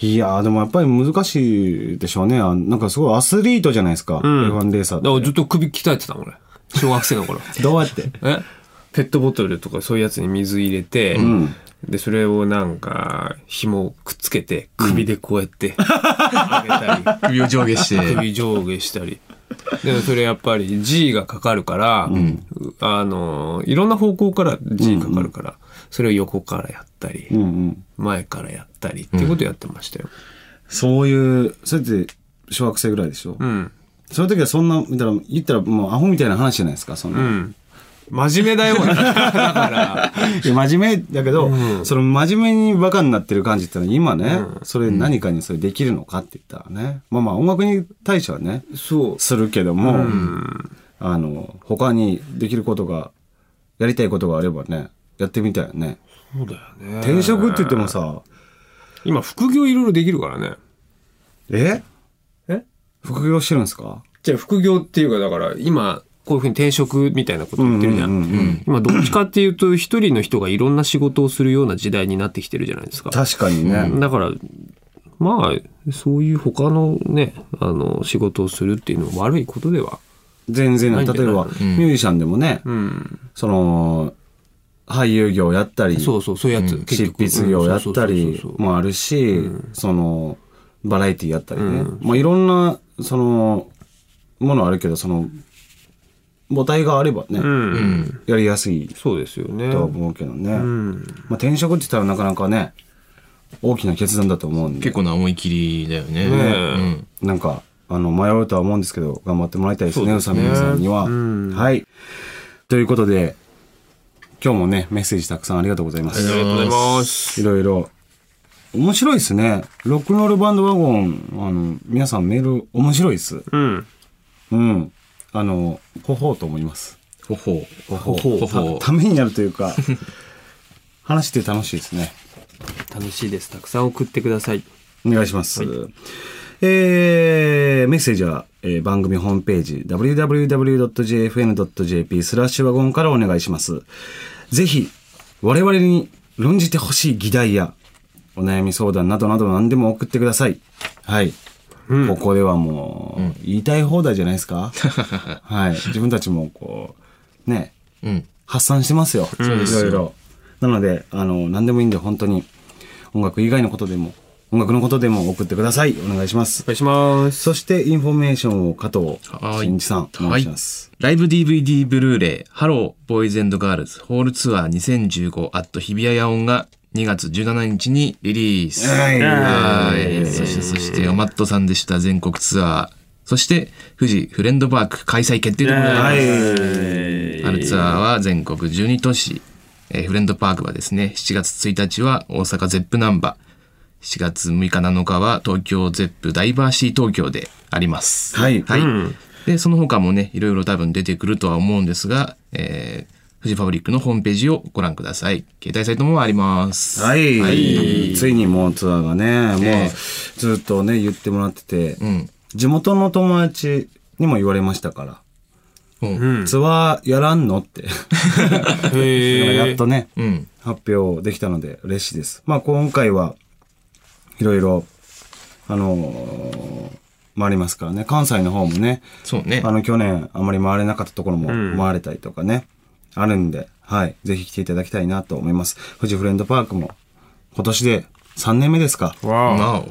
いやーでもやっぱり難しいでしょうね。あなんかすごいアスリートじゃないですか。F1 レーサーって
だからずっと首鍛えてたもん、俺。小学生の 頃。
どうやって
えペットボトルとかそういうやつに水入れて、
ん
で、それをなんか、紐をくっつけて、首でこうやって、上げたり。
首を上下して
首上下したり。でもそれやっぱり G がかかるから、うあの、いろんな方向から G かかるから、それを横からやったり、
うんうん。
前からやったりっていうことやってましたよ。
そういう、それって小学生ぐらいでしょ。
うん。
その時はそんな、みたいな、言ったらもうアホみたいな話じゃないですか、その。
うん真面目だよ、 だから。
いや真面目だけど、その真面目にバカになってる感じってのは今ね、それ何かにそれできるのかって言ったらね、まあまあ音楽に対してはね、するけども、あの、他にできることが、やりたいことがあればね、やってみたいよね。
そうだよね
転職って言ってもさ、
今副業いろいろできるからね。
え
え
副業してるんですか
じゃあ副業っていうかだから今こういうふうに転職みたいなこと言ってるじゃん。今どっちかっていうと一人の人がいろんな仕事をするような時代になってきてるじゃないですか。
確かにね
うんだからまあそういう他のねあの仕事をするっていうのは悪いことでは
全然
な
ない
ん
い、
じゃない
例えば、ミュージシャンでもね、その、俳優業やったり、
そうそうそういうやつ
ん
結
執
局
筆業やったりもあるし、その、バラエティやったりね、まあいろんな、その、ものあるけど、その、母体があればね、
ん
やりやすい。
そうですよね。
とは思うけどね。
うん
まあ転職って言ったらなかなかね、大きな決断だと思うんで。
結構な思い切りだよね。
ね
うん
なんか、あの、迷うとは思うんですけど、頑張ってもらいたいですね、
そう
宇
です
佐
ね
美さんには、
うん
はい。ということで、今日もね、メッセージたくさんありがとうございます。
ありがとうございます
いろいろ。面白いですね。ロックンロールバンドワゴン、あの、皆さんメール面白いです。
うん。
うん。あの、ほほうと思います。
ほほう。
ほほう。
ほほう
たため になるというか、話して楽しいですね。
楽しいです。たくさん送ってください。
お願いします。えーメッセージは、えー番組ホームページ www.jfn.jp スラッシュワゴンからお願いします。ぜひ、我々に論じてほしい議題や、お悩み相談などなど何でも送ってください。はい。ここではもう、言いたい放題じゃないです かはい。自分たちもこう、ね、発散してますよ。
そうです
いろいろ。なので、あの、何でもいいんで、本当に、音楽以外のことでも、音楽のことでも送ってください。お願いします。お
願いします。
そして、インフォメーションを加藤
はい
真一さん、お願いします。
ライブ DVD ブルーレイ、ハロー、ボーイズガールズ、ホールツアー2015、アット日比谷野音が2月17日にリリース。
はい
はいそして、そして、おまっとさんでした、全国ツアー。そして、富士フレンドパーク開催決定でございます。春ツアーは全国12都市、えーフレンドパークはですね7月1日は大阪ゼップナンバー7月6日7日は東京ゼップダイバーシー東京であります
はい、
でその他もねいろいろ多分出てくるとは思うんですが、えー、フジファブリックのホームページをご覧ください携帯サイトもあります
はい、
はい
ついにもうツアーがね、もう
ね
ずっとね、言ってもらってて、地元の友達にも言われましたから、ツアーやらんのって。 やっとね、発表できたので嬉しいです。まあ今回はいろいろ、あのー回りますからね。関西の方もね。あの、去年あまり回れなかったところも
うん
回れたりとかね。あるんで、はい。ぜひ来ていただきたいなと思います。富士フレンドパークも今年で3年目ですか。
わ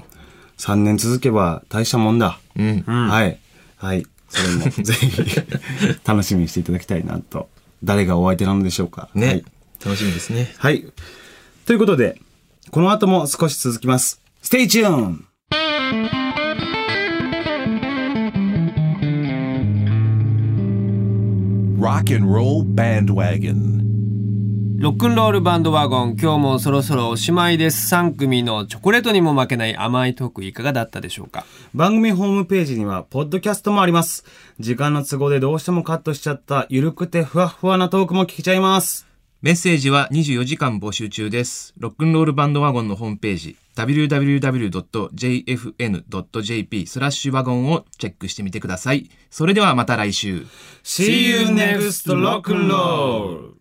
3年続けば大したもんだ。
うん
はい。はい。そ れもぜひ楽しみにしていただきたいなと。誰がお相手なのでしょうか。
ね、
はい
楽しみですね
はい。ということで、この後も少し続きます。Stay tuned!
ロックンロー
ロックンロール
ルバンドワゴン。
バンドワゴン今日もそろそろおしまいです3組のチョコレートにも負けない甘いトークいかがだったでしょうか
番組ホームページには、ポッドキャストもあります。時間の都合でどうしてもカットしちゃった、ゆるくてふわっふわなトークも聞けちゃいます。
メッセージは24時間募集中です。ロックンロールバンドワゴンのホームページ、www.jfn.jp スラッシュワゴンをチェックしてみてください。それではまた来週。
See you next rock and roll!